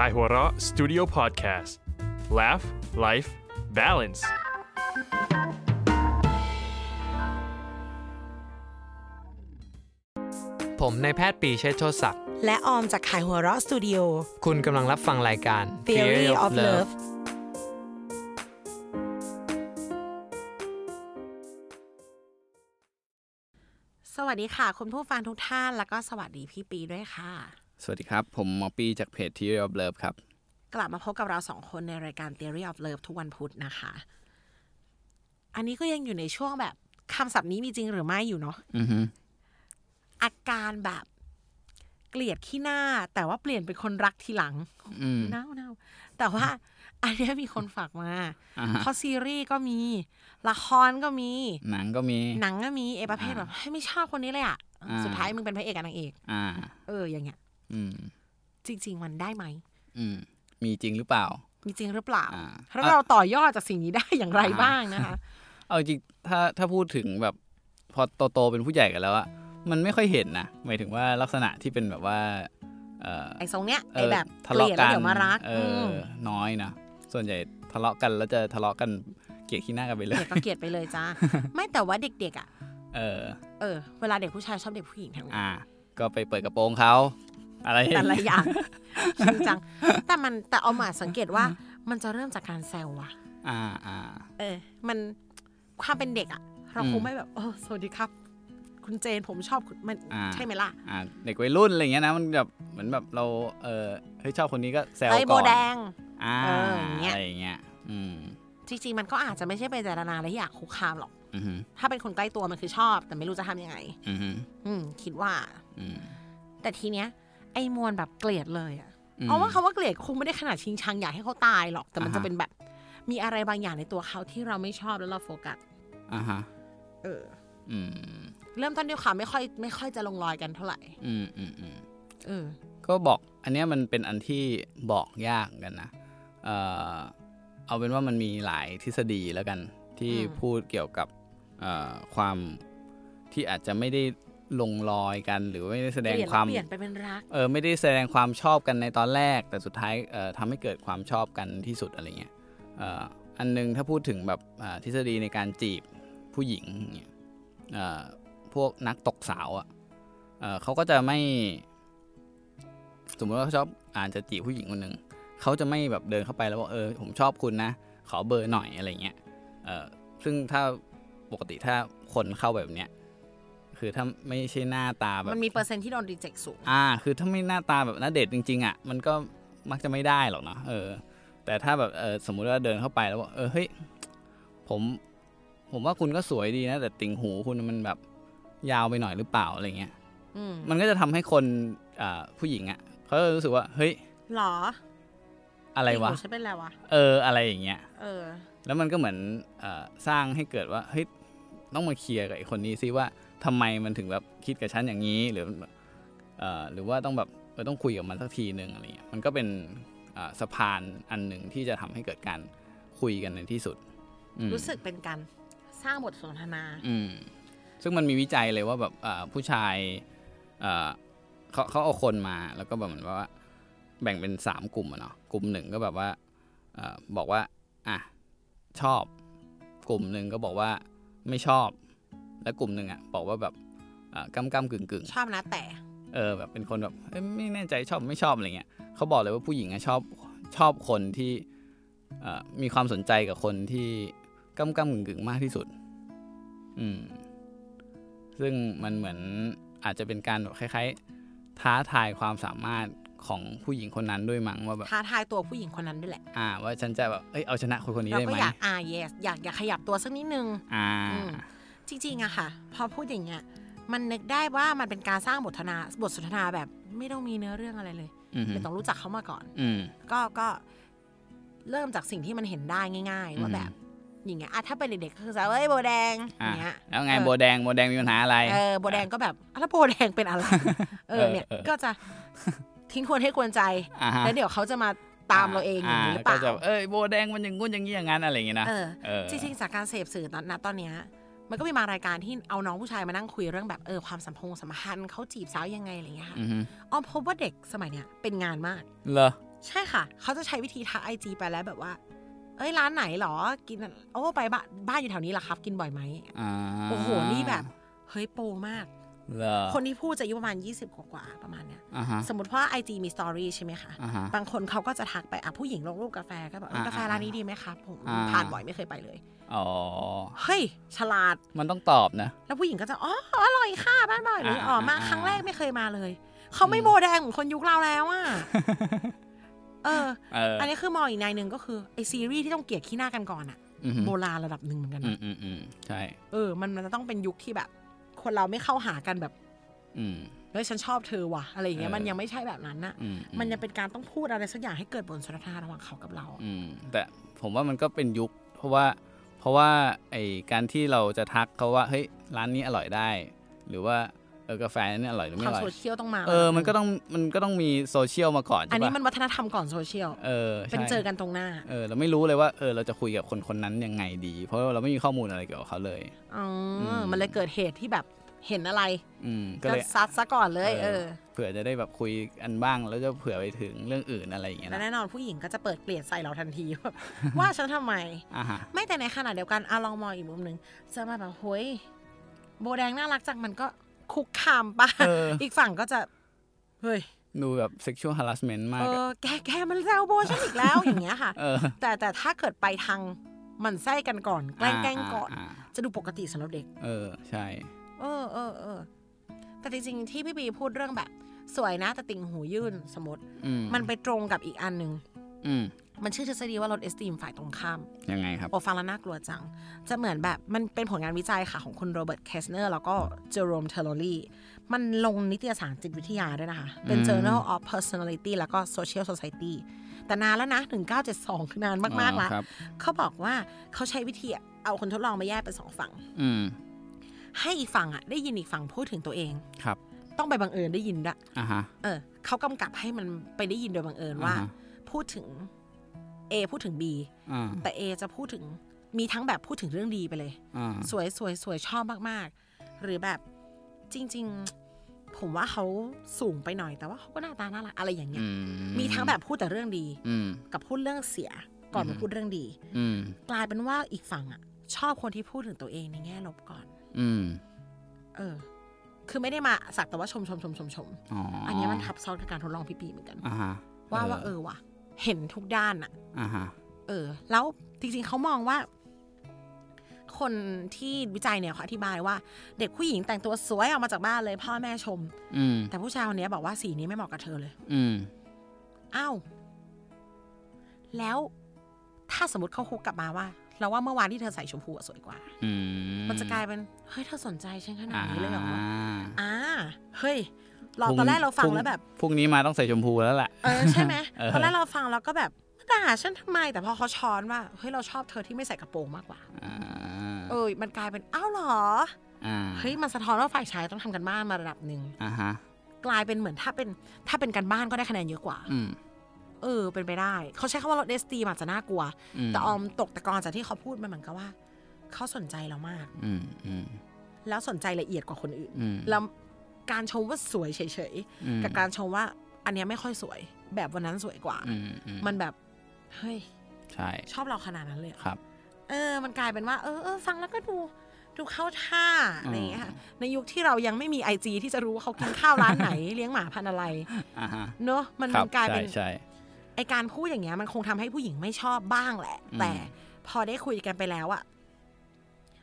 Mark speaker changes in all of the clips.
Speaker 1: k a i h u r a Studio Podcast Laugh Life Balance
Speaker 2: ผมนายแพทย์ปรีเชษฐ์โชติศักดิ์
Speaker 3: และออมจากขายหัวเราะสตูดิโอ
Speaker 2: คุณกำลังรับฟังรายการ
Speaker 3: Theory of Love สวัสดีค่ะคุณผู้ฟังทุกท่าน แล้วก็สวัสดีพี่ปีด้วยค่ะ
Speaker 4: สวัสดีครับ ผมหมอปีจากเพจ Theory of Love ครับ
Speaker 3: กลับมาพบกับเราสองคนในรายการ Theory of Love ทุกวันพุธนะคะ อันนี้ก็ยังอยู่ในช่วงแบบคำศัพท์นี้มีจริงหรือไม่อยู่เนาะ
Speaker 4: อือฮึ
Speaker 3: อาการแบบเกลียดขี้หน้า แต่ว่าเปลี่ยนเป็นคนรักทีหลัง
Speaker 4: อืม
Speaker 3: เน่าเน่าแต่ว่าอันเนี้ยมีคนฝากมา
Speaker 4: อ่าฮะ
Speaker 3: เพราะซีรีส์ก็มี ละครก็มี
Speaker 4: หนังก็มี
Speaker 3: หนังก็มีเอประเภทแบบเฮ้ยไม่ชอบคนนี้เลยอ่ะ
Speaker 4: อ่า
Speaker 3: สุดท้ายมึงเป็นพระเอกกับนางเอก
Speaker 4: อ่า
Speaker 3: เอออย่างเงี้ย
Speaker 4: อืม
Speaker 3: จริง ๆ มันได้ไหม
Speaker 4: อืม มีจริงหรือเปล่า
Speaker 3: มีจริงหรือเปล่า
Speaker 4: อ่า
Speaker 3: แล้ว
Speaker 4: อ่ะ
Speaker 3: เราต่อยอดจากสิ่งนี้ได้อย่างไรบ้างนะคะ
Speaker 4: เอาจริงถ้าถ้าพูดถึงแบบ พอโตโตๆเป็นผู้ใหญ่กันแล้วอะมันไม่ค่อยเห็นนะหมายถึงว่าลักษณะที่เป็นแบบว่าเออ
Speaker 3: ไอ้ทรงเนี้ย
Speaker 4: เอ
Speaker 3: ไอ้
Speaker 4: อ
Speaker 3: แบบ
Speaker 4: ทะ
Speaker 3: เกลี
Speaker 4: เลาะ
Speaker 3: ยดแล้วน
Speaker 4: กั
Speaker 3: เดี๋ยวมารัก
Speaker 4: เออ
Speaker 3: ม
Speaker 4: อน้อยนะส่วนใหญ่ทะเลาะกันแล้วจะทะเลาะกันเกลียดขี้หน้ากันไปเล
Speaker 3: เกลี
Speaker 4: ย
Speaker 3: ยดก็เกลียดไปเลยจ้า ไม่แต่ว่าเด็กๆอ่ะ
Speaker 4: เออ
Speaker 3: เออเวลาเด็กผู้ชายชอบเด็กผู้หญิงทำไง
Speaker 4: อ่า ก็ไปเปิดกระโปรงเขาอะไร
Speaker 3: แต่ละ อย่างจริงจัง แต่มันแต่เอามาสังเกตว่ามันจะเริ่มจากการแซวว่ะ
Speaker 4: อ่าอ่า
Speaker 3: เออ มันความเป็นเด็กอะเราคง
Speaker 4: อืม
Speaker 3: ไม่แบบเออสวัสดีครับ คุณเจนผมชอบคุณมัน
Speaker 4: อ่า
Speaker 3: ใช่ไหมล่ะ
Speaker 4: อ่าเด็กวัยรุ่นอะไรอย่างเงี้ยนะมันแบบเหมือนแบบเราเออเฮ้ยชอบคนนี้ก็แซว
Speaker 3: ไอ้โบ
Speaker 4: ก่อน
Speaker 3: แดง
Speaker 4: อ่า
Speaker 3: เอออย่างเงี้ย
Speaker 4: อะไรอย่างเงี้ยอืม
Speaker 3: จริงๆ มันก็อาจจะไม่ใช่เป็นเจตนาและอยากคุกคามหรอก
Speaker 4: อือหือ
Speaker 3: ถ้าเป็นคนใกล้ตัวมันคือชอบ แต่ไม่รู้จะทำยังไง
Speaker 4: อือหือ
Speaker 3: อืม คิดว่า
Speaker 4: อืม
Speaker 3: แต่ทีเนี้ย ไอ้มวลแบบเกลียดเลยอะ
Speaker 4: ม
Speaker 3: เพราะว่าคาว่าเกลียดคงไม่ได้ขนาดชิงชังอยากให้เขาตายหรอก แต่มัน
Speaker 4: อ่าฮะ
Speaker 3: จะเป็นแบบ มีอะไรบางอย่างในตัวเขาที่เราไม่ชอบแล้วเราโฟกัส
Speaker 4: อ่าฮะ
Speaker 3: เออ
Speaker 4: อืม
Speaker 3: เริ่มต้นด้วยความไม่ค่อยไม่ค่อยจะลงรอยกันเท่าไหร่
Speaker 4: อืมอืมอืม
Speaker 3: เออ
Speaker 4: ก็บอกอันเนี้ยมันเป็นอันที่บอกยากกันนะเออเอาเป็นว่ามันมีหลายทฤษฎีแล้วกันที่
Speaker 3: อืม
Speaker 4: พูดเกี่ยวกับเอ่อความที่อาจจะไม่ได้ลงรอยกัน หรือไม่ได้แสดง
Speaker 3: เปลี่ยน
Speaker 4: ความ
Speaker 3: เปลี่ยนไปเป็นรัก
Speaker 4: เออไม่ได้แสดงความชอบกันในตอนแรก แต่สุดท้ายเอ่อทำให้เกิดความชอบกันที่สุดอะไรเงี้ยเอ่ออันนึงถ้าพูดถึงแบบอ่าทฤษฎีในการจีบผู้หญิงอย่างเงี้ยเอ่อพวกนักตกสาวอะเอ่ะเขาก็จะไม่ สมมติว่าเขาชอบอาจจะจีบผู้หญิงคนหนึ่งเขาจะไม่แบบเดินเข้าไปแล้วบอกเออผมชอบคุณนะ ขอเบอร์หน่อยอะไรเงี้ยเออซึ่งถ้าปกติถ้าคนเข้าแบบเนี้ยคือถ้าไม่ใช่หน้าตาแบบ
Speaker 3: มันมีเปอร์เซ็นต์ที่โดนรีเจ็คสูง
Speaker 4: อ่า คือถ้าไม่หน้าตาแบบน่าเดทจริง ๆ อ่ะ มันก็มักจะไม่ได้หรอกเนาะ เออ แต่ถ้าแบบ เออ สมมุติว่าเดินเข้าไปแล้วบอกเออ เฮ้ย ผม ผมว่าคุณก็สวยดีนะ แต่ติ่งหูคุณมันแบบยาวไปหน่อยหรือเปล่าอะไรเงี้ย
Speaker 3: อืม
Speaker 4: มันก็จะทำให้คนอ่าผู้หญิงอ่ะ เขาจะรู้สึกว่า เฮ้ย
Speaker 3: หรอ
Speaker 4: อะไรวะ
Speaker 3: ใช่เป็นไรวะ
Speaker 4: เออ อะไรอย่างเงี้ย
Speaker 3: เออ
Speaker 4: แล้วมันก็เหมือนเออสร้างให้เกิดว่า เฮ้ย ต้องมาเคลียร์กับไอ้คนนี้ซิว่าทำไมมันถึงแบบคิดกับฉันอย่างนี้ หรือเอ่อหรือว่าต้องแบบเออต้องคุยกับมันสักทีหนึ่งอะไรเงี้ยมันก็เป็นเอ่อสะพานอันหนึ่งที่จะทำให้เกิดการคุยกันในที่สุดอืม
Speaker 3: รู้สึกเป็นการสร้างบทสนทนา
Speaker 4: อืมซึ่งมันมีวิจัยเลยว่าแบบเอ่อผู้ชายเอ่อเขาเขาเอาคนมาแล้วก็แบบเหมือนว่า แบ่งเป็นสามกลุ่มอะเนาะกลุ่มหนึ่งก็แบบว่าเออบอกว่าอ่ะชอบ กลุ่มหนึ่งก็บอกว่าไม่ชอบ และกลุ่มหนึ่งอ่ะบอกว่าแบบเอ่อกำกำกึ่งกึ่ง
Speaker 3: ชอบนะแต่
Speaker 4: ๆเออแบบเป็นคนแบบเอ้ยไม่แน่ใจชอบไม่ชอบอะไรเงี้ยเขาบอกเลยว่าผู้หญิงอ่ะชอบชอบคนที่เอ่อมีความสนใจกับคนที่กำกำกึ่งกึ่งๆมากที่สุด อืมซึ่งมันเหมือนอาจจะเป็นการแบบคล้ายๆ ท้าทายความสามารถของผู้หญิงคนนั้นด้วยมั้งว่าแบบ
Speaker 3: ท้าทายตัวผู้หญิงคนนั้นด้วยแหละ
Speaker 4: อ่าว่าฉันจะแบบเอ้ยเอาชนะคนคนนี้
Speaker 3: เรา
Speaker 4: ได้
Speaker 3: ก็
Speaker 4: ไหม
Speaker 3: อยากอ่า yes อยากอยากขยับตัวสักนิดนึง
Speaker 4: อ่า
Speaker 3: อืม จริงๆอะค่ะ พอพูดอย่างเงี้ย มันนึกได้ว่ามันเป็นการสร้างบทสนทนาบทสนทนาแบบไม่ต้องมีเนื้อเรื่องอะไรเลย
Speaker 4: อืม
Speaker 3: แต่ต้องรู้จักเขามาก่อน
Speaker 4: อืม
Speaker 3: ก็ก็เริ่มจากสิ่งที่มันเห็นได้ง่ายๆ ว่า
Speaker 4: อืม
Speaker 3: แบบอย่างเงี้ยอ่ะถ้าเป็นเด็กๆก็คือจะเอ้ยโบแดงอ
Speaker 4: อ่ะ
Speaker 3: ย่างเงี้ย
Speaker 4: แล้วไง
Speaker 3: เออ
Speaker 4: โบแดงโบแดงมีปัญหาอะไร
Speaker 3: เออโบแดงก็แบบอ่ะแล้วโบแดง เป็นอะไร เออเนี่ย
Speaker 4: เออเออ
Speaker 3: ก็จะทิ้งควรให้ควรใจ
Speaker 4: อ่าฮะ
Speaker 3: แล้วเดี๋ยวเขาจะมาตามเราเองอย่างนี้หรือเปล่า
Speaker 4: ก็จะเอ้ยโบแดงมันอย่างงู้นอย่างนี้อย่างนั้นอะไรอย่างเงี้ยนะ
Speaker 3: เออ
Speaker 4: เออ
Speaker 3: จริงๆจากการเสพสื่อตอนนะตอนเนี้ยมันก็มีมารายการที่เอาน้องผู้ชายมานั่งคุยเรื่องแบบเออความสัมพงสัมพันธ์เขาจีบสาวยังไงอะไรอย่างเงี้ยค่ะ
Speaker 4: อือฮึ
Speaker 3: ออมพบว่าเด็กสมัยเนี้ยเป็นงานมาก
Speaker 4: เหรอ
Speaker 3: ใช่ค่ะ เขาจะใช้วิธีทักไอจีไปแล้วแบบว่า เอ้ยร้านไหนหรอ กินโอ้ไปบ้านบ้านอยู่แถวนี้เหรอครับ กินบ่อยไหม
Speaker 4: อ่า
Speaker 3: โอ้โหนี่แบบ เฮ้ยโปรมาก
Speaker 4: เหรอ
Speaker 3: คนที่พูดจะอายุประมาณ 20 กว่าๆประมาณเนี้ย
Speaker 4: อ่าฮะ
Speaker 3: สมมติว่าไอจีมีสตอรี่ใช่ไหมคะ
Speaker 4: อ่าฮะ
Speaker 3: บางคนเขาก็จะทักไปอ่ะผู้หญิงลงรูปกาแฟก็แบบเอ้
Speaker 4: อ่าก
Speaker 3: ยาแฟร้านนี้ดีไหมครับผม
Speaker 4: อ่า
Speaker 3: ผ่านบ่อยไม่เคยไปเลย
Speaker 4: อ๋อ
Speaker 3: เฮ้ย ฉลาด
Speaker 4: มันต้องตอบนะ
Speaker 3: แล้วผู้หญิงก็จะ อ๋อ อร่อยค่ะ บ้านบ่อยหรืออ๋อ
Speaker 4: อ่าอ่า
Speaker 3: มาครั้งแรกไม่เคยมาเลย เขาไม่
Speaker 4: อืม
Speaker 3: โบแดงเหมือนคนยุคเราแล้ว อ่ะ เออ
Speaker 4: เออ
Speaker 3: อั
Speaker 4: อั
Speaker 3: นนี้คือมองอีกนายหนึ่งก็คือไอซีรีส์ที่ต้องเกลียดขี้หน้ากันก่อนอะโบราณระดับหนึ่งเหมือนกัน
Speaker 4: อืม
Speaker 3: นะ
Speaker 4: อืมอืมใช่
Speaker 3: เออมันมันจะต้องเป็นยุคที่แบบ คนเราไม่เข้าหากันแบบ
Speaker 4: อืม
Speaker 3: เฮ้ยฉันชอบเธอว่ะอะไรอย่างเงี้ย
Speaker 4: เออ
Speaker 3: มันยังไม่ใช่แบบนั้นนะ
Speaker 4: อืม
Speaker 3: มันยังเป็นการต้องพูดอะไรสักอย่างให้เกิดบทสนทนาระหว่างเขากับเราอะ
Speaker 4: อืม แต่ผมว่ามันก็เป็นยุค เพราะว่า เพราะว่าไอการที่เราจะทักเขาว่า เฮ้ย ร้านนี้อร่อยได้ หรือว่าเออกาแฟนี่อร่อยหรื
Speaker 3: ค
Speaker 4: อไม่
Speaker 3: วาม
Speaker 4: อร่อย
Speaker 3: โซเชียลต้องมา
Speaker 4: เออ มันก็ต้อง มันก็ต้องมีโซเชียลมาก่อน
Speaker 3: อัน
Speaker 4: ใช่
Speaker 3: นี้
Speaker 4: ปะ
Speaker 3: มันวัฒนธรรมก่อนโซเชียล
Speaker 4: เออใช่
Speaker 3: เป็นเจอกันตรงหน้า
Speaker 4: เออเราไม่รู้เลยว่าเออเราจะคุยกับคนคนนั้นยังไงดี เพราะเราไม่มีข้อมูลอะไรเกี่ยวกับเขาเลย
Speaker 3: อ๋ออ
Speaker 4: ม
Speaker 3: มันเลยเกิดเหตุที่แบบเห็นอะไร
Speaker 4: อืมก็
Speaker 3: ก็
Speaker 4: เลย
Speaker 3: ซัดซะก่อนเลยเออ
Speaker 4: เผื่อจะได้แบบคุยกันบ้างแล้วจะเผื่อไปถึงเรื่องอื่นอะไรอย่างเงี้ย
Speaker 3: แล้ว
Speaker 4: นะ
Speaker 3: แน่นอนผู้หญิงก็จะเปิดเกลียดใส่เราทันที ว่า ว่าฉันทำไม
Speaker 4: อ่าฮะ
Speaker 3: ไม่แต่ในขณะเดียวกันอะลองมองอีกมุมหนึ่งจะมาแบบเฮ้ยโบแดงน่ารักจังมันก็คุกคามปะ
Speaker 4: เออ
Speaker 3: อีกฝั่งก็จะ เฮ้ย
Speaker 4: ดูแบบ sexual harassment มา
Speaker 3: เอก
Speaker 4: อะ
Speaker 3: อแกแกมันแซวโบฉันอีกแล้วอย่างเงี้ยค่ะ
Speaker 4: เออ
Speaker 3: แต่แต่ถ้าเกิดไปทางหมันไส้กันก่อน แกล้งแกล้งก่อน
Speaker 4: าา
Speaker 3: จะดูปกติสำหรับเด็ก
Speaker 4: เออใช่
Speaker 3: เออเออเออแต่จริงๆที่พี่บีพูดเรื่องแบบ สวยนะแต่ติ่งหูยื่นสมมติ
Speaker 4: อืม
Speaker 3: มันไปตรงกับอีกอันหนึ่ง
Speaker 4: อืม
Speaker 3: มันชื่อทฤษฎีว่าลดเอสติมฝ่ายตรงข้าม
Speaker 4: ยังไงครับ
Speaker 3: โอ้ฟังแล้วน่ากลัวจัง จะเหมือนแบบมันเป็นผลงานวิจัยค่ะของคุณโรเบิร์ต เคสเนอร์ แล้วก็เจอโรมเทอร์โลลีมันลงนิตยสารจิตวิทยาด้วยนะคะ เป็น
Speaker 4: อืม
Speaker 3: Journal of Personality แล้วก็ Social Society แต่นานแล้วนะ 1972 คือนานมากๆ
Speaker 4: อ๋อ
Speaker 3: แล้ว
Speaker 4: ครับ
Speaker 3: เขาบอกว่าเขาใช้วิธีเอาคนทดลองมาแยกเป็นสองฝั่ง
Speaker 4: อืม
Speaker 3: ให้อีกฝั่งอะได้ยินอีกฝั่งพูดถึงตัวเอง
Speaker 4: ครับ
Speaker 3: ต้องไปบังเอิญได้ยินละ
Speaker 4: อ่าฮะ
Speaker 3: เออเขากำกับให้มันไปได้ยินโดยบังเอิญว่า
Speaker 4: อ่าฮะ
Speaker 3: พูดถึง A พูดถึง B
Speaker 4: อ่า
Speaker 3: แต่ A จะพูดถึงมีทั้งแบบพูดถึงเรื่องดีไปเลย
Speaker 4: อ่า
Speaker 3: สวยสวยสวยชอบมาก ๆ หรือแบบจริง ๆ ผมว่าเขาสูงไปหน่อยแต่ว่าเขาก็หน้าตาน่ารักอะไรอย่างเงี้
Speaker 4: อื
Speaker 3: ยมีทั้งแบบพูดแต่เรื่องดี
Speaker 4: อืม
Speaker 3: กับพูดเรื่องเสียก่อนมาพูดเรื่องดี
Speaker 4: อืม
Speaker 3: กลายเป็นว่าอีกฝั่งอ่ะ ชอบคนที่พูดถึงตัวเองในแง่ลบก่อน
Speaker 4: อืม
Speaker 3: เออ คือไม่ได้มาสักแต่ว่าชมชมชมชมชม
Speaker 4: อ๋อ
Speaker 3: อั
Speaker 4: อั
Speaker 3: นเนี้ยมันทับซ้อนกับการทดลองพี่ปีเหมือนกัน
Speaker 4: อ่าฮะ
Speaker 3: ว่าว่าเออว่ะเห็นทุกด้านอ่ะ
Speaker 4: อ่าฮะ
Speaker 3: เออ แล้วจริงๆเขามองว่า คนที่วิจัยเนี่ยเขาอธิบายว่า เด็กผู้หญิงแต่งตัวสวยออกมาจากบ้านเลย พ่อแม่ชม
Speaker 4: อืม
Speaker 3: แต่ผู้ชายคนเนี้ยบอกว่าสีนี้ไม่เหมาะกับเธอเลย
Speaker 4: อืม
Speaker 3: อ้าว แล้วถ้าสมมติเขาคุกกลับมาว่า เราว่าเมื่อวานที่เธอใส่ชมพูอะสวยกว่า
Speaker 4: อื
Speaker 3: มันจะกลายเป็นเฮ้ยเธอสนใจฉันขนาดนี้เลยเหรอ
Speaker 4: อ่า
Speaker 3: อ่าเฮ้ยเราตอนแรกเราฟังแล้วแบบ
Speaker 4: พรุ่งนี้มาต้องใส่ชมพูแล้วล่ะ
Speaker 3: เออใช่ไหม
Speaker 4: เออ
Speaker 3: ตอนแรกเราฟังเราก็แบบด่าฉันทำไม แต่พอเขาช้อนว่าเฮ้ยเราชอบเธอที่ไม่ใส่กระโปรงมากกว่า
Speaker 4: อ่า
Speaker 3: เออ มันกลายเป็นอ้าวเหรอ
Speaker 4: อ่า
Speaker 3: เฮ้ย มันสะท้อนว่าฝ่ายชายต้องทำกันบ้านมาระดับหนึ่ง
Speaker 4: อ่าฮะ
Speaker 3: กลายเป็นเหมือนถ้าเป็นถ้าเป็นกันบ้านก็ได้คะแนนเยอะกว่า
Speaker 4: อืม
Speaker 3: เออ เป็นไปได้ เขาใช้คำว่าลดเอสตีมอาจจะน่ากลัว
Speaker 4: ม
Speaker 3: แต่ออมตกตะกอนจากที่เขาพูดมันเหมือนกับว่า เขาสนใจเรามาก
Speaker 4: อืมอืม
Speaker 3: แล้วสนใจละเอียดกว่าคนอื่น
Speaker 4: อืม
Speaker 3: แล้วการชมว่าสวยเฉย
Speaker 4: อืม
Speaker 3: ๆ กับการชมว่าอันเนี้ยไม่ค่อยสวย แบบวันนั้นสวยกว่า
Speaker 4: อืมอืม
Speaker 3: มันแบบ เฮ้ย
Speaker 4: ใช่
Speaker 3: ชอบเราขนาดนั้นเลยเหรอ
Speaker 4: ครับ
Speaker 3: เออ มันกลายเป็นว่า เออเออฟังแล้วก็ดู ดูเข้าท่า
Speaker 4: อืม
Speaker 3: อะไรอย่างเงี้ยค่ะ ในยุคที่เรายังไม่มีไอจีที่จะรู้ว่าเขากินข้าวร้านไหน เลี้ยงหมาพันธุ์อะไร
Speaker 4: อ่าฮะ
Speaker 3: เนอะมัน
Speaker 4: ครับ
Speaker 3: มันกลายเป็น
Speaker 4: ใช่
Speaker 3: ไอการพูดอย่างเงี้ย มันคงทำให้ผู้หญิงไม่ชอบบ้างแหละ
Speaker 4: อืม
Speaker 3: แต่พอได้คุยกันไปแล้วอะ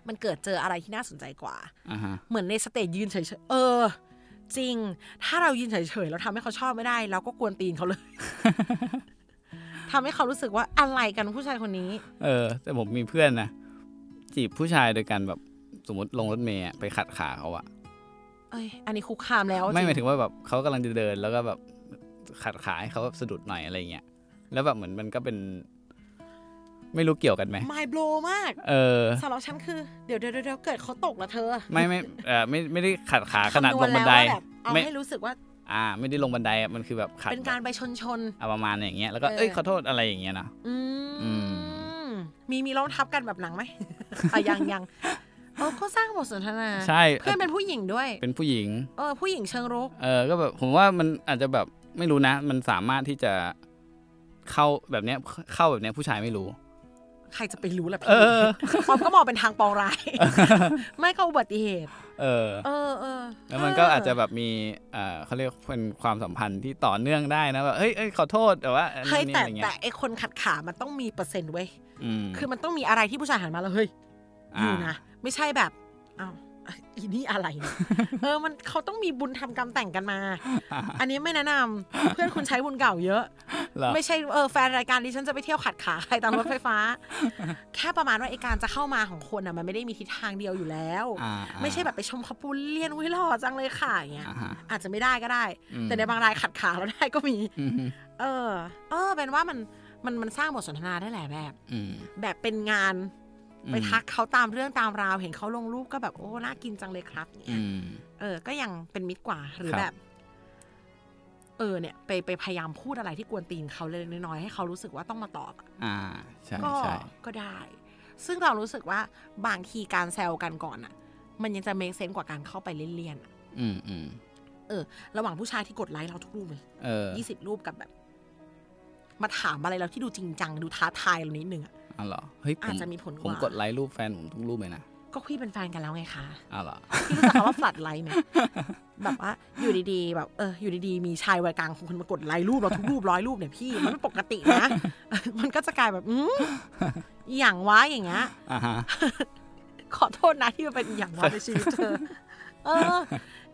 Speaker 3: มันเกิดเจออะไรที่น่าสนใจกว่า
Speaker 4: ใช่อ่าฮะ
Speaker 3: เหมือนในสเตจยืนเฉยๆ เออ จริง ถ้าเรายืนเฉยๆแล้วทำให้เขาชอบไม่ได้เราก็กวนตีนเขา เลย ทำให้เขารู้สึกว่าอะไรกันผู้ชายคนนี้
Speaker 4: เออ แต่ผมมีเพื่อนนะจีบผู้ชายโดยการแบบสมมติลงรถเมย์อะไปขัดขาเขาอะ
Speaker 3: เอ้ยอันนี้คุกคามแล้ว
Speaker 4: ไม่ห
Speaker 3: จริ
Speaker 4: มาย
Speaker 3: ง
Speaker 4: ถึงว่าแบบเขากำลังจะเดิน แล้วก็แบบขัดขาให้เขาแบบสะดุดหน่อยอะไรเงี้ยแล้วแบบเหมือนมันก็เป็น ไม่รู้เกี่ยวกันไหม
Speaker 3: ไม่โบลมาก
Speaker 4: เออ
Speaker 3: สำหรับฉันคือเดี๋ยวเดี๋ยวเดี๋ยวเกิดเขาตกละเธอ
Speaker 4: ไม่ไม่เออไม่ไม่ได้ขัดขาขนาด
Speaker 3: คำว
Speaker 4: ล
Speaker 3: ณ
Speaker 4: งบั
Speaker 3: แล้ว
Speaker 4: นได
Speaker 3: ว่าแบบเอา
Speaker 4: ไม่
Speaker 3: ให้รู้สึกว่า
Speaker 4: อ่า ไม่ได้ลงบันไดอะมันคือแบบขัด
Speaker 3: เป็นการ
Speaker 4: แบบ
Speaker 3: ไปชนชน
Speaker 4: อ่ะประมาณอย่างเงี้ยแล้วก็
Speaker 3: เออ
Speaker 4: เอ้ยขอโทษอะไรอย่างเงี้ยนะ
Speaker 3: อื
Speaker 4: อื
Speaker 3: มมีมีร้องทับกันแบบหนังไหม อ่ะยังยังเออเขาสร้างบทสนทนา
Speaker 4: ใช่
Speaker 3: เพื่อนเป็นผู้หญิงด้วย
Speaker 4: เป็นผู้หญิง
Speaker 3: เออผู้หญิงเชิงรุก
Speaker 4: เออก็แบบผมว่ามันอาจจะแบบไม่รู้นะ มันสามารถที่จะเข้าแบบเนี้ยเข้าแบบเนี้ยผู้ชายไม่รู้
Speaker 3: ใครจะไปรู้ล่ะพี่
Speaker 4: เออ
Speaker 3: ปอมก็มองเป็นทางปองร้าย ไม่ก็อุบัติเหตุ
Speaker 4: เออ
Speaker 3: เออเออ
Speaker 4: แล้วมันก็อาจจะแบบมีเอ่อเขาเรียกเป็นความสัมพันธ์ที่ต่อเนื่องได้นะแบบเฮ้ยเอ้ยขอโทษแต่ว่าอัน
Speaker 3: เฮ้ย
Speaker 4: นี้
Speaker 3: แต่
Speaker 4: อะไรเงี้
Speaker 3: แต่
Speaker 4: ย
Speaker 3: ไอคนขัดขามันต้องมีเปอร์เซ็นต์เว้ย
Speaker 4: อืม
Speaker 3: คือมันต้องมีอะไรที่ผู้ชายหันมาแล้วเฮ้ยอยู่นะ ไม่ใช่แบบอ้าว อีนี่อะไร เนี่ยเออมันเขาต้องมีบุญทำกรรมแต่งกันมา อันนี้ไม่แนะนำเพื่อนคุณใช้บุญเก่าเยอะ
Speaker 4: เหรอ
Speaker 3: ไม่ใช่เออแฟนรายการดิฉันจะไปเที่ยวขัดขาใค รตามรถไฟฟ้า แค่ประมาณว่าไอการจะเข้ามาของคนอ่ะมันไม่ได้มีทิศทางเดียวอยู่แล้ว
Speaker 4: อ่า
Speaker 3: ไม่ใช่แบบไปชมขบวนเลียนวิลอจังเลยค่ะอย่างเงี้ย
Speaker 4: อ่าฮะ
Speaker 3: อาจจะไม่ได้ก็ได้
Speaker 4: อืม
Speaker 3: แต่ในบางรายขัดขาเราได้ก็มี
Speaker 4: อืม
Speaker 3: เออ เออเป็นว่ามันมันมันสร้างบทสนทนาได้แหละแบบ
Speaker 4: อืม
Speaker 3: แบบเป็นงาน ไปทักเขาตามเรื่องตามราว เห็นเขาลงรูปก็แบบโอ้น่ากินจังเลยครับ
Speaker 4: อืม
Speaker 3: เออ ก็ยังเป็นมิตรกว่าหรือ
Speaker 4: ครับ
Speaker 3: แบบ เออเนี่ย ไปไปพยายามพูดอะไรที่กวนตีนเขาเล็กๆน้อยๆให้เขารู้สึกว่าต้องมาตอบอะ
Speaker 4: อ่าใช่
Speaker 3: ก็
Speaker 4: ใช่
Speaker 3: ก็ได้ ซึ่งเรารู้สึกว่าบางทีการแซวกันก่อนอะมันยังจะเมคเซนกว่าการเข้าไปเล่นๆอะ
Speaker 4: อืมอืม
Speaker 3: ระหว่างผู้ชายที่กดไลค์เราทุกรูปเลย
Speaker 4: เออ
Speaker 3: ยี่สิบรูปกับแบบ มาถามอะไรเราที่ดูจริงจัง ดูท้าทายเรานิดนึงอะ
Speaker 4: อ๋อเหรอเฮ้ยผ
Speaker 3: อาจ
Speaker 4: ม
Speaker 3: จะมีผลก
Speaker 4: ผม
Speaker 3: ว่าก
Speaker 4: ดไลค์รูปแฟนผมทุกรูปเลยนะ
Speaker 3: ก็คุยเป็นแฟนกันแล้วไงคะ
Speaker 4: อ๋อ เหรอ
Speaker 3: พี่รู้จักคำว่า ฟลัดไลค์ไหมแบบว่า อยู่ดีๆ แบบเอออยู่ดีๆ มีชายวัยกลางคนมากดไลค์รูปเราทุกรูปร้อยรูปเนี่ยพี่ มันไม่ปกตินะ มันก็จะกลายแบบ อืมอหย่างวะอย่างเงี้ย
Speaker 4: อ่าฮะ
Speaker 3: ขอโทษนะที่มันเป็นอหย่างวะในชีวิตเธอ เออ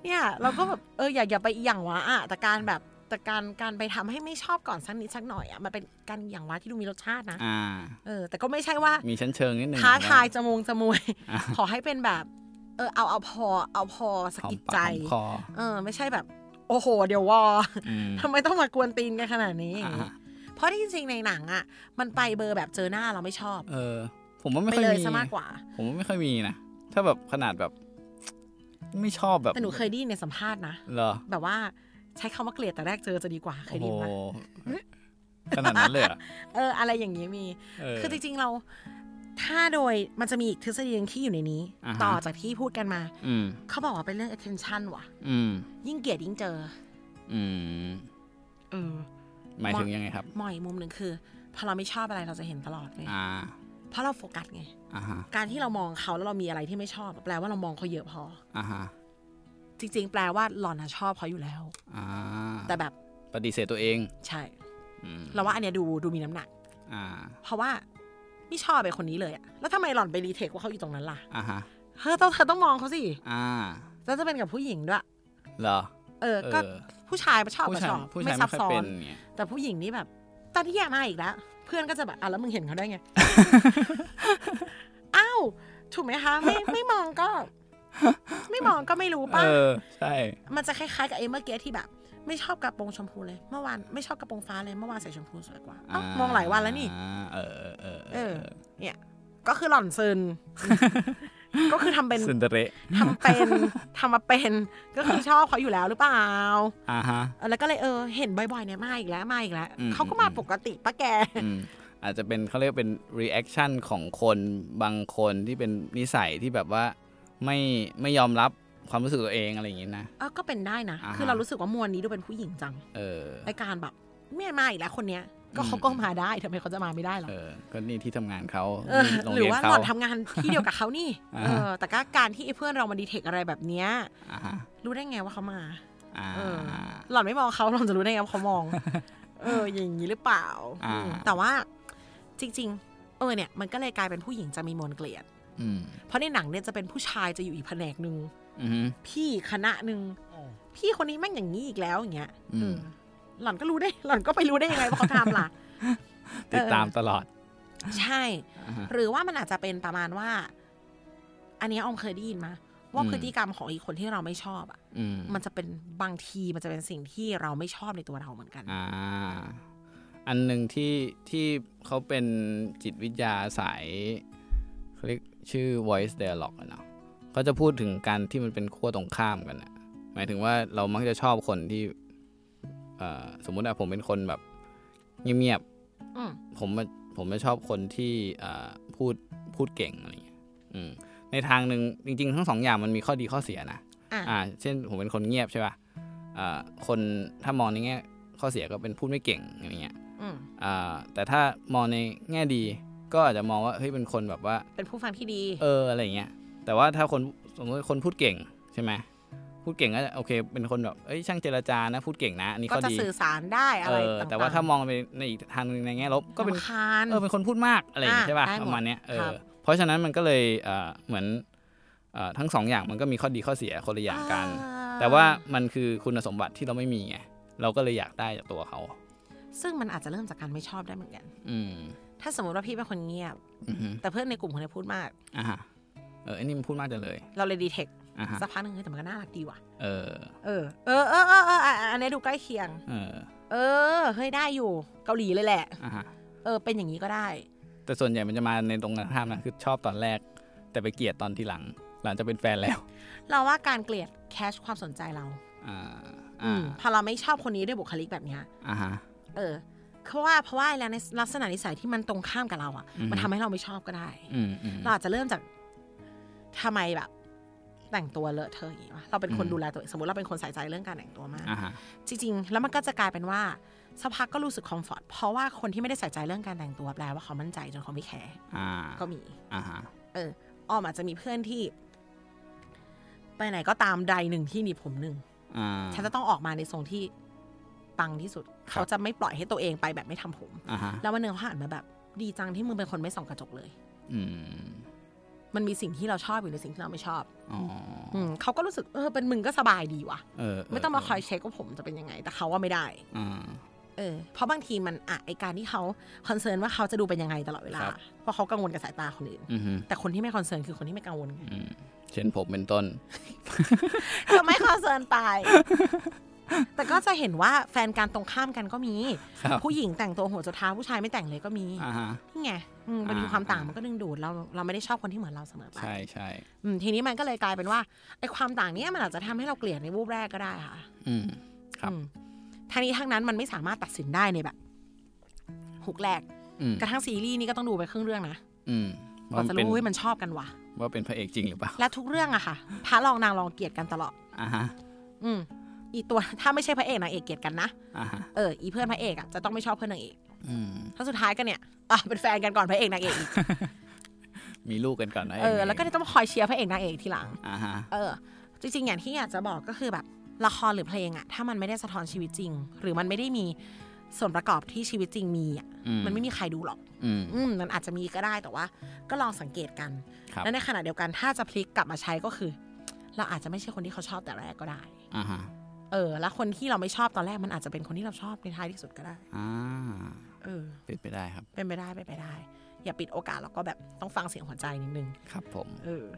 Speaker 3: เนี่ย เราก็แบบเอออย่าอย่าไปอหย่างวะอ่ะแต่การแบบแต่การการไปทำให้ไม่ชอบก่อนสักนิดสักหน่อยอ่ะมันเป็นการอหย่างวะที่ดูมีรสชาตินะ
Speaker 4: อ่า
Speaker 3: เออแต่ก็ไม่ใช่ว่า
Speaker 4: มีชั้นเชิงนิดนึง
Speaker 3: ท้าทาย
Speaker 4: ผมว่
Speaker 3: จะมงจะมวย
Speaker 4: อ่ะ
Speaker 3: ขอให้เป็นแบบ เออเอาเอาพอ เอาพอสะ
Speaker 4: หอม
Speaker 3: กิด
Speaker 4: ปาก
Speaker 3: ใจ
Speaker 4: หอมคอ
Speaker 3: เออ ไม่ใช่แบบ โอ้โห เดี๋ยววอ
Speaker 4: อืม
Speaker 3: ทำไมต้องมากวนตีนกันขนาดนี้อย่าง
Speaker 4: อ่า
Speaker 3: นี้เพราะที่จริงๆในหนังอ่ะ มันไปเบอร์แบบเจอหน้าเราไม่ชอบ
Speaker 4: เออ ผมว่าไม่
Speaker 3: ไป
Speaker 4: ค่อย
Speaker 3: เลย
Speaker 4: มี
Speaker 3: ซะมากกว่า
Speaker 4: ผมว่าไม่ค่อยมีนะ ถ้าแบบขนาดแบบ ไม่ชอบแบบ
Speaker 3: แต่หนูเคยได้ยินในสัมภาษณ์นะ
Speaker 4: เหรอ
Speaker 3: แบบว่าใช้คำว่าเกลียดแต่แรกเจอจะดีกว่าเค
Speaker 4: โอ้
Speaker 3: ย
Speaker 4: โห
Speaker 3: ไดีไหม
Speaker 4: ขนาดนั้นเลยเหรอ่ะ
Speaker 3: เอออะไรอย่างนี้มี คือจริงๆเรา ถ้าโดยมันจะมีอีกทฤษฎีหนึงที่อยู่ในนี้
Speaker 4: าฮะ
Speaker 3: ต่อจากที่พูดกันมา
Speaker 4: อืม
Speaker 3: เขาบอกว่าเป็นเรื่อง attention ว่ะ
Speaker 4: อืม
Speaker 3: ยิ่งเกลียดยิ่งเจอ
Speaker 4: อืม
Speaker 3: เออ
Speaker 4: หมายถึงยังไงครับ
Speaker 3: มองอีกมุมหนึ่งคือพอเราไม่ชอบอะไรเราจะเห็นตลอดไง
Speaker 4: อ่า
Speaker 3: เพราะเราโฟกัสไง
Speaker 4: อ่าฮะ
Speaker 3: การที่เรามองเขาแล้วเรามีอะไรที่ไม่ชอบ แปลว่าเรามองเขาเยอะพอ
Speaker 4: อ่าฮะ
Speaker 3: จริง ๆ แปลว่าหล่อนนะชอบเขาอยู่แล้ว
Speaker 4: อ่า
Speaker 3: แต่แบบ
Speaker 4: ปฏิเสธตัวเอง
Speaker 3: ใช่
Speaker 4: อืม
Speaker 3: เราว่าอันเนี้ยดูดูมีน้ำหนัก
Speaker 4: อ่า
Speaker 3: เพราะว่าไม่ชอบไปคนนี้เลยอะแล้วทำไมหล่อนไปรีเทคว่าเขาอยู่ตรงนั้นล่ะ
Speaker 4: อ่าฮะ
Speaker 3: เธอต้องเธอต้องมองเขาสิ
Speaker 4: อ่า
Speaker 3: แล้วจะเป็นกับผู้หญิงด้วย
Speaker 4: เหรอ
Speaker 3: เออ ก็
Speaker 4: เออ
Speaker 3: ผู้ชายมาชอบ
Speaker 4: ผู้
Speaker 3: มา
Speaker 4: ชาย
Speaker 3: ชอบ
Speaker 4: ผู้ชา
Speaker 3: ไม่
Speaker 4: ย
Speaker 3: ซับ
Speaker 4: ไม่ค่อย
Speaker 3: ซ้อ
Speaker 4: เป็น นเนี่ย
Speaker 3: แต่ผู้หญิงนี่แบบ ตอนที่แย่มาอีกแล้ว เพื่อนก็จะแบบ อ่ะแล้วมึงเห็นเขาได้ ไง อ้าว ถูกไหมคะ ไม่ไม่มองก็ ไม่มองก็ไม่รู้ป่ะ
Speaker 4: เออ ใช่
Speaker 3: มันจะคล้ายๆกับไอ้เมื่อกี้ที่แบบ ไม่ชอบกระโปรงชมพูเลย เมื่อวานไม่ชอบกระโปรงฟ้าเลย เมื่อวานใส่ชมพูสวยกว่าเอ้ามองหลายวันแล้วนี่
Speaker 4: อ่าเออเออ
Speaker 3: เออ เนี่ย ก็คือหล่อนซึน ก็คือทำเป็น
Speaker 4: ซินเดอเรลล่า
Speaker 3: ทำเป็นทำมาเป็น ก็คือชอบเขาอยู่แล้วหรือเปล่า
Speaker 4: อ่าฮะ
Speaker 3: แล้วก็เลยเออเห็นบ่อยๆเนี่ยมาอีกแล้วมาอีกแล้ว
Speaker 4: อืม
Speaker 3: เขาก็มาปกติปะแก
Speaker 4: อืมอาจจะเป็นเขาเรียกเป็น reaction ของคนบางคนที่เป็นนิสัยที่แบบว่าไม่ไม่ยอมรับความรู้สึกตัวเองอะไรอย่างงี้นะ
Speaker 3: เออก็เป็นได้นะ
Speaker 4: อ่าฮะ
Speaker 3: คือเรารู้สึกว่ามวลนี้ดูเป็นผู้หญิงจัง
Speaker 4: เออ
Speaker 3: ไอการแบบเนี่ยมาอีกแล้วคนเนี้ย ก็
Speaker 4: อืม
Speaker 3: เขาก็มาได้ทำไมเขาจะมาไม่ได้หรอ
Speaker 4: เออ ก็นี่ที่ทำงานเขา
Speaker 3: เออ
Speaker 4: โรง
Speaker 3: หรือ
Speaker 4: เรียน
Speaker 3: ว่าห
Speaker 4: เขา
Speaker 3: ล่อนทำงานที่เดียวกับเขานี่
Speaker 4: อ่า
Speaker 3: เอ
Speaker 4: ฮะ
Speaker 3: อ แต่ก็การที่ไอ้เพื่อนเรามาดีเทคอะไรแบบเนี้ย
Speaker 4: อ่าฮะ
Speaker 3: รู้ได้ไงว่าเขามา
Speaker 4: อ่า
Speaker 3: เออ หล่อนไม่มองเขาหล่อนจะรู้ได้ไงว่าเขาม อง เออ อย่างนี้หรือเปล่า
Speaker 4: อ่า
Speaker 3: อืมแต่ว่าจริง ๆ เออเนี่ย มันก็เลยกลายเป็นผู้หญิงจะมีมวลเกลียด
Speaker 4: อืม
Speaker 3: เพราะในหนังเนี่ยจะเป็นผู้ชายจะอยู่อีกแผนกหนึ่ง
Speaker 4: อืม
Speaker 3: พี่คณะหนึ่งพี่คนนี้แม่งอย่างนี้อีกแล้วอย่างเงี้ย
Speaker 4: อืม
Speaker 3: เออหล่อนก็รู้ได้ หล่อนก็ไปรู้ได้ยังไงว่าเขาทำล่ะ
Speaker 4: ติดตามตลอด
Speaker 3: ใช่
Speaker 4: อ่าฮะ
Speaker 3: หรือว่ามันอาจจะเป็นประมาณว่า อันเนี้ยออมเคยได้ยินมา ว่า
Speaker 4: อืม
Speaker 3: พฤติกรรมของอีกคนที่เราไม่ชอบอ่ะ
Speaker 4: อืม
Speaker 3: มันจะเป็นบางทีมันจะเป็นสิ่งที่เราไม่ชอบในตัวเราเหมือนกัน
Speaker 4: อ่า อันหนึ่งที่ที่เขาเป็นจิตวิทยาสายเขาเรียกชื่อ voice dialogue อะเนาะเขาจะพูดถึงการที่มันเป็นขั้วตรงข้ามกันนะหมายถึงว่าเรามักจะชอบคนที่เอ่อสมมุติอะผมเป็นคนแบบเงียบ
Speaker 3: อืม
Speaker 4: ๆผมอะผมจะชอบคนที่เอ่อพูดพูดเก่งอะไรอย่างเงี้ยอืมในทางหนึ่งจริง ๆ ทั้งสองอย่างมันมีข้อดีข้อเสียนะ
Speaker 3: อ่ะ
Speaker 4: อ่าเช่นผมเป็นคนเงียบใช่ป่ะอ่าคนถ้ามองในแง่ข้อเสียก็เป็นพูดไม่เก่งอะไรเงี้ย
Speaker 3: อืม
Speaker 4: อ่าแต่ถ้ามองในแง่ดีก็อาจจะมองว่าเฮ้ยเป็นคนแบบว่า
Speaker 3: เป็นผู้ฟังที่ดี
Speaker 4: เอออะไรเงี้ยแต่ว่าถ้าคนสมมติคนพูดเก่งใช่ไหมพูดเก่งก็โอเค เป็นคนแบบเอ้ยช่างเจรจานะพูดเก่งนะอันนี้
Speaker 3: ก็
Speaker 4: ข้อ
Speaker 3: จะ
Speaker 4: ดี
Speaker 3: สื่อสารได้อะ
Speaker 4: เอ
Speaker 3: ไร
Speaker 4: อ
Speaker 3: ต่างๆ
Speaker 4: แต่ว่าถ้ามองไปในอีกทางหนึงในแง่ลบก็เป็น
Speaker 3: รำคาญ
Speaker 4: เออเป็นคนพูดมากอะไรอย่างงี้
Speaker 3: อ่ะ
Speaker 4: ใช่ป่ะ
Speaker 3: ได้หมด
Speaker 4: ประมาณเนี้ยเอ
Speaker 3: ครั
Speaker 4: อบ เพราะฉะนั้นมันก็เลยเอ่อเหมือนเอ่อทั้งสองอย่างมันก็มีข้อดีข้อเสียคนละอย่างกัน
Speaker 3: อ่า
Speaker 4: แต่ว่ามันคือคุณสมบัติที่เราไม่มีไงเราก็เลยอยากได้จากตัวเขา
Speaker 3: ซึ่งมันอาจจะเริ่มจากการไม่ชอบได้เหมือนกัน
Speaker 4: อืม
Speaker 3: ถ้าสมมติว่าพี่เป็นคนเงียบ
Speaker 4: อือฮึ
Speaker 3: แต่เพื่อนในกลุ่มคนนี้พูดมาก
Speaker 4: อ่าฮะเออไอ้นี่มันพูดมากจังเลย
Speaker 3: เราเลยดีเทค
Speaker 4: อ่าฮะ
Speaker 3: สักพักหนึ่งเฮ้ยแต่มันก็น่ารักดีว่ะ
Speaker 4: เออ
Speaker 3: เออ เออเออเออเอออ่ะอันนี้ดูใกล้เคียง
Speaker 4: เออ
Speaker 3: เออ เฮ้ยได้อยู่ เกาหลีเลยแหละ
Speaker 4: อ่าฮะ
Speaker 3: เออ เป็นอย่างนี้ก็ได้
Speaker 4: แต่ส่วนใหญ่มันจะมาในตรงกันข้ามนะคือชอบตอนแรก แต่ไปเกลียดตอนที่หลัง หลังจะเป็นแฟนแล้ว
Speaker 3: เราว่าการเกลียดแคชความสนใจเรา
Speaker 4: อ่า
Speaker 3: อื
Speaker 4: อ่าม
Speaker 3: พอเราไม่ชอบคนนี้ด้วยบุคลิกแบบเนี้ย
Speaker 4: อ่าฮะ
Speaker 3: เออเพราะว่าเพราะว่าแล้วในลักษณะนิสัยที่มันตรงข้ามกับเราอ่ะ
Speaker 4: อืม
Speaker 3: มันทำให้เราไม่ชอบก็ได้
Speaker 4: อืมอืม
Speaker 3: เราอาจจะเริ่มจากทำไมแบบ แต่งตัวเลอะเทอะอย่างนี้วะเราเป็นคน
Speaker 4: อืม
Speaker 3: ดูแลตัวเองสมมติเราเป็นคนใส่ใจเรื่องการแต่งตัวมาก
Speaker 4: อ่าฮะ
Speaker 3: จริงๆ แล้วมันก็จะกลายเป็นว่าสักพักก็รู้สึกคอมฟอร์ตเพราะว่าคนที่ไม่ได้ใส่ใจเรื่องการแต่งตัวแปลว่าเขามั่นใจจนเขาไม่แคร์
Speaker 4: อ่า
Speaker 3: ก็มี
Speaker 4: อ่าฮะ
Speaker 3: เออออมอาจจะมีเพื่อนที่ ไปไหนก็ตามใดหนึ่งที่หนีบผมหนึ่ง
Speaker 4: อ่า
Speaker 3: ฉันจะต้องออกมาในทรงที่ปังที่สุด
Speaker 4: ครับ
Speaker 3: เขาจะไม่ปล่อยให้ตัวเองไปแบบไม่ทำผม
Speaker 4: อ่าฮะ
Speaker 3: แล้ววันหนึ่งเขาหันมาแบบ ดีจังที่มึงเป็นคนไม่ส่องกระจกเลย
Speaker 4: อืม
Speaker 3: มันมีสิ่งที่เราชอบอยู่ในสิ่งที่เราไม่ชอบ
Speaker 4: อ๋อ
Speaker 3: อืมเขาก็รู้สึกเออเป็นมึงก็สบายดีว่ะ
Speaker 4: เออ
Speaker 3: ไม่ต้องมาคอยเช็คว่าผมจะเป็นยังไง แต่เขาว่าไม่ได้
Speaker 4: อ่า
Speaker 3: เออเพราะบางทีมันอะไอการที่เขาคอนเซิร์นว่าเขาจะดูเป็นยังไงตลอดเวลา
Speaker 4: ครับ
Speaker 3: เพราะเขากังวลกับสายตาคนอื่น
Speaker 4: อือฮึ
Speaker 3: แต่คนที่ไม่คอนเซิร์นคือคนที่ไม่กังวลไง
Speaker 4: อืมเช่นผมเป็นต้น
Speaker 3: ก็ไม่คอนเซิร์นไป แต่ก็จะเห็นว่าแฟนการตรงข้ามกันก็มี
Speaker 4: ครับ
Speaker 3: ผู้หญิงแต่งตัวหัวจรดเท้าผู้ชายไม่แต่งเลยก็มี
Speaker 4: อ่าฮะ
Speaker 3: นี่ไงอืมมันมี
Speaker 4: อ่า
Speaker 3: ความต่างมันก็ดึงดูดเราเราไม่ได้ชอบคนที่เหมือนเราเสมอไป
Speaker 4: ใช่ใช่
Speaker 3: อืมทีนี้มันก็เลยกลายเป็นว่าไอ้ความต่างเนี้ยมันอาจจะทำให้เราเกลียดในวูบแรกก็ได้ค่ะ
Speaker 4: อืม ครับ
Speaker 3: อืมทั้งนี้ทั้งนั้นมันไม่สามารถตัดสินได้ในแบบหุกแรก
Speaker 4: อืม
Speaker 3: กระทั่งซีรีส์นี่ก็ต้องดูไปครึ่งเรื่องนะ
Speaker 4: อืม
Speaker 3: กว่าจะรู้ว่า
Speaker 4: ว่า
Speaker 3: มันชอบกันว่ะ
Speaker 4: ว่าเป็นพระเอกจริงหรือเปล่า
Speaker 3: และทุกเรื่องอะค่ะพระรองนางรองเกลียดกันตลอด
Speaker 4: อ่าฮะ
Speaker 3: อืมอีตัว ถ้าไม่ใช่พระเอกนางเอกเกลียดกันนะ
Speaker 4: อ่าฮะ
Speaker 3: เอออีเพื่อนพระเอกอะจะต้องไม่ชอบเพื่อนนางเอก
Speaker 4: อืม
Speaker 3: ถ้าสุดท้ายกันเนี่ยอ่ะเป็นแฟนกันก่อนพระเอกนางเอกอีก
Speaker 4: มีลูกกันก่อนนะ
Speaker 3: เออแล้วก็ต้องคอยเชียร์พระเอกนางเอกทีหลัง
Speaker 4: อ่าฮะ
Speaker 3: เออ จริงๆ อย่างที่อยากจะบอกก็คือแบบละครหรือเพลงอะถ้ามันไม่ได้สะท้อนชีวิตจริง หรือมันไม่ได้มีส่วนประกอบที่ชีวิตจริงมีอะ
Speaker 4: อื
Speaker 3: มันไม่มีใครดูหรอก
Speaker 4: อืม
Speaker 3: อืมมันอาจจะมีก็ได้แต่ว่า ก็ลองสังเกตกัน
Speaker 4: ครับ
Speaker 3: และในขณะเดียวกันถ้าจะพลิกกลับมาใช้ก็คือ เราอาจจะไม่ใช่คนที่เขาชอบแต่แรกก็ได้
Speaker 4: อ่าฮะ
Speaker 3: เออ แล้วคนที่เราไม่ชอบตอนแรกมันอาจจะเป็นคนที่เราชอบในท้ายที่สุดก็ได้
Speaker 4: อ่า
Speaker 3: เออ
Speaker 4: เป็นไปได้ครับ
Speaker 3: เป็นไปได้เป็นไปได้ อย่าปิดโอกาสแล้วก็แบบต้องฟังเสียงหัวใจนิดนึง
Speaker 4: ครับผม
Speaker 3: เออ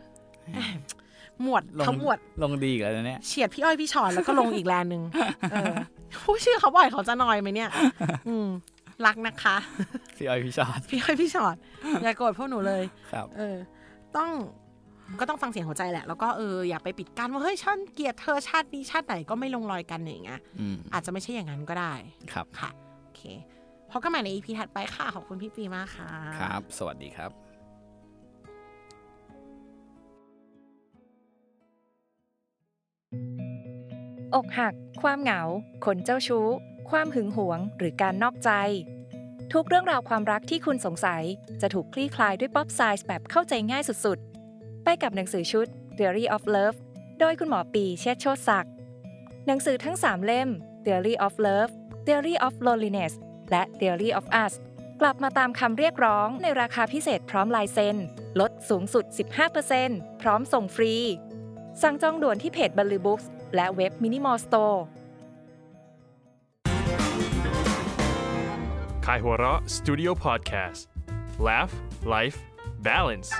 Speaker 3: หมวดขมวด
Speaker 4: ลงดีอีกแล้วนะเนี่ย
Speaker 3: เฉียดพี่อ้อยพี่ชอนแล้วก็ลงอีกแลน หนึ่งเออผู้ชื่อเขาบ่อยเขาจะนอยไหมเนี่ย อืมรักนะคะ
Speaker 4: พี่อ้อยพี่ชาติ
Speaker 3: พี่อ้อยพี่ชอนอย่าโกรธพวกหนูเลย
Speaker 4: ครับ
Speaker 3: เออ ต้องก็ต้องฟังเสียงหัวใจแหละ แล้วก็เอออย่าไปปิดกั้นว่าเฮ้ยฉันเกลียดเธอชาตินี้ชาติไหนก็ไม่ลงรอยกันอย่างเงี้ย
Speaker 4: อืม
Speaker 3: อาจจะไม่ใช่อย่างนั้นก็ได้
Speaker 4: ครับ
Speaker 3: ค่ะโอเคพบกันใหม่ในอีพีถัดไปค่ะขอบคุณพี่ปีมากค่ะ
Speaker 4: ครับ สวัสดีครับ
Speaker 5: อกหัก ความเหงา คนเจ้าชู้ ความหึงหวง หรือการนอกใจ ทุกเรื่องราวความรักที่คุณสงสัย จะถูกคลี่คลายด้วยป๊อปไซส์แบบเข้าใจง่ายสุดๆ ไปกับหนังสือชุด Theory of Love โดยคุณหมอปีเชษฐ์โชติศักดิ์หนังสือทั้ง 3 เล่ม Theory of Love Theory of Loneliness และ Theory of Us กลับมาตามคำเรียกร้องในราคาพิเศษพร้อมลายเซ็นลดสูงสุด 15%พร้อมส่งฟรี สั่งจองด่วนที่เพจบัลลือบุ๊กส์และเว็บมินิมอลสโตร์
Speaker 1: Kaihura Studio Podcast Laugh Life Balance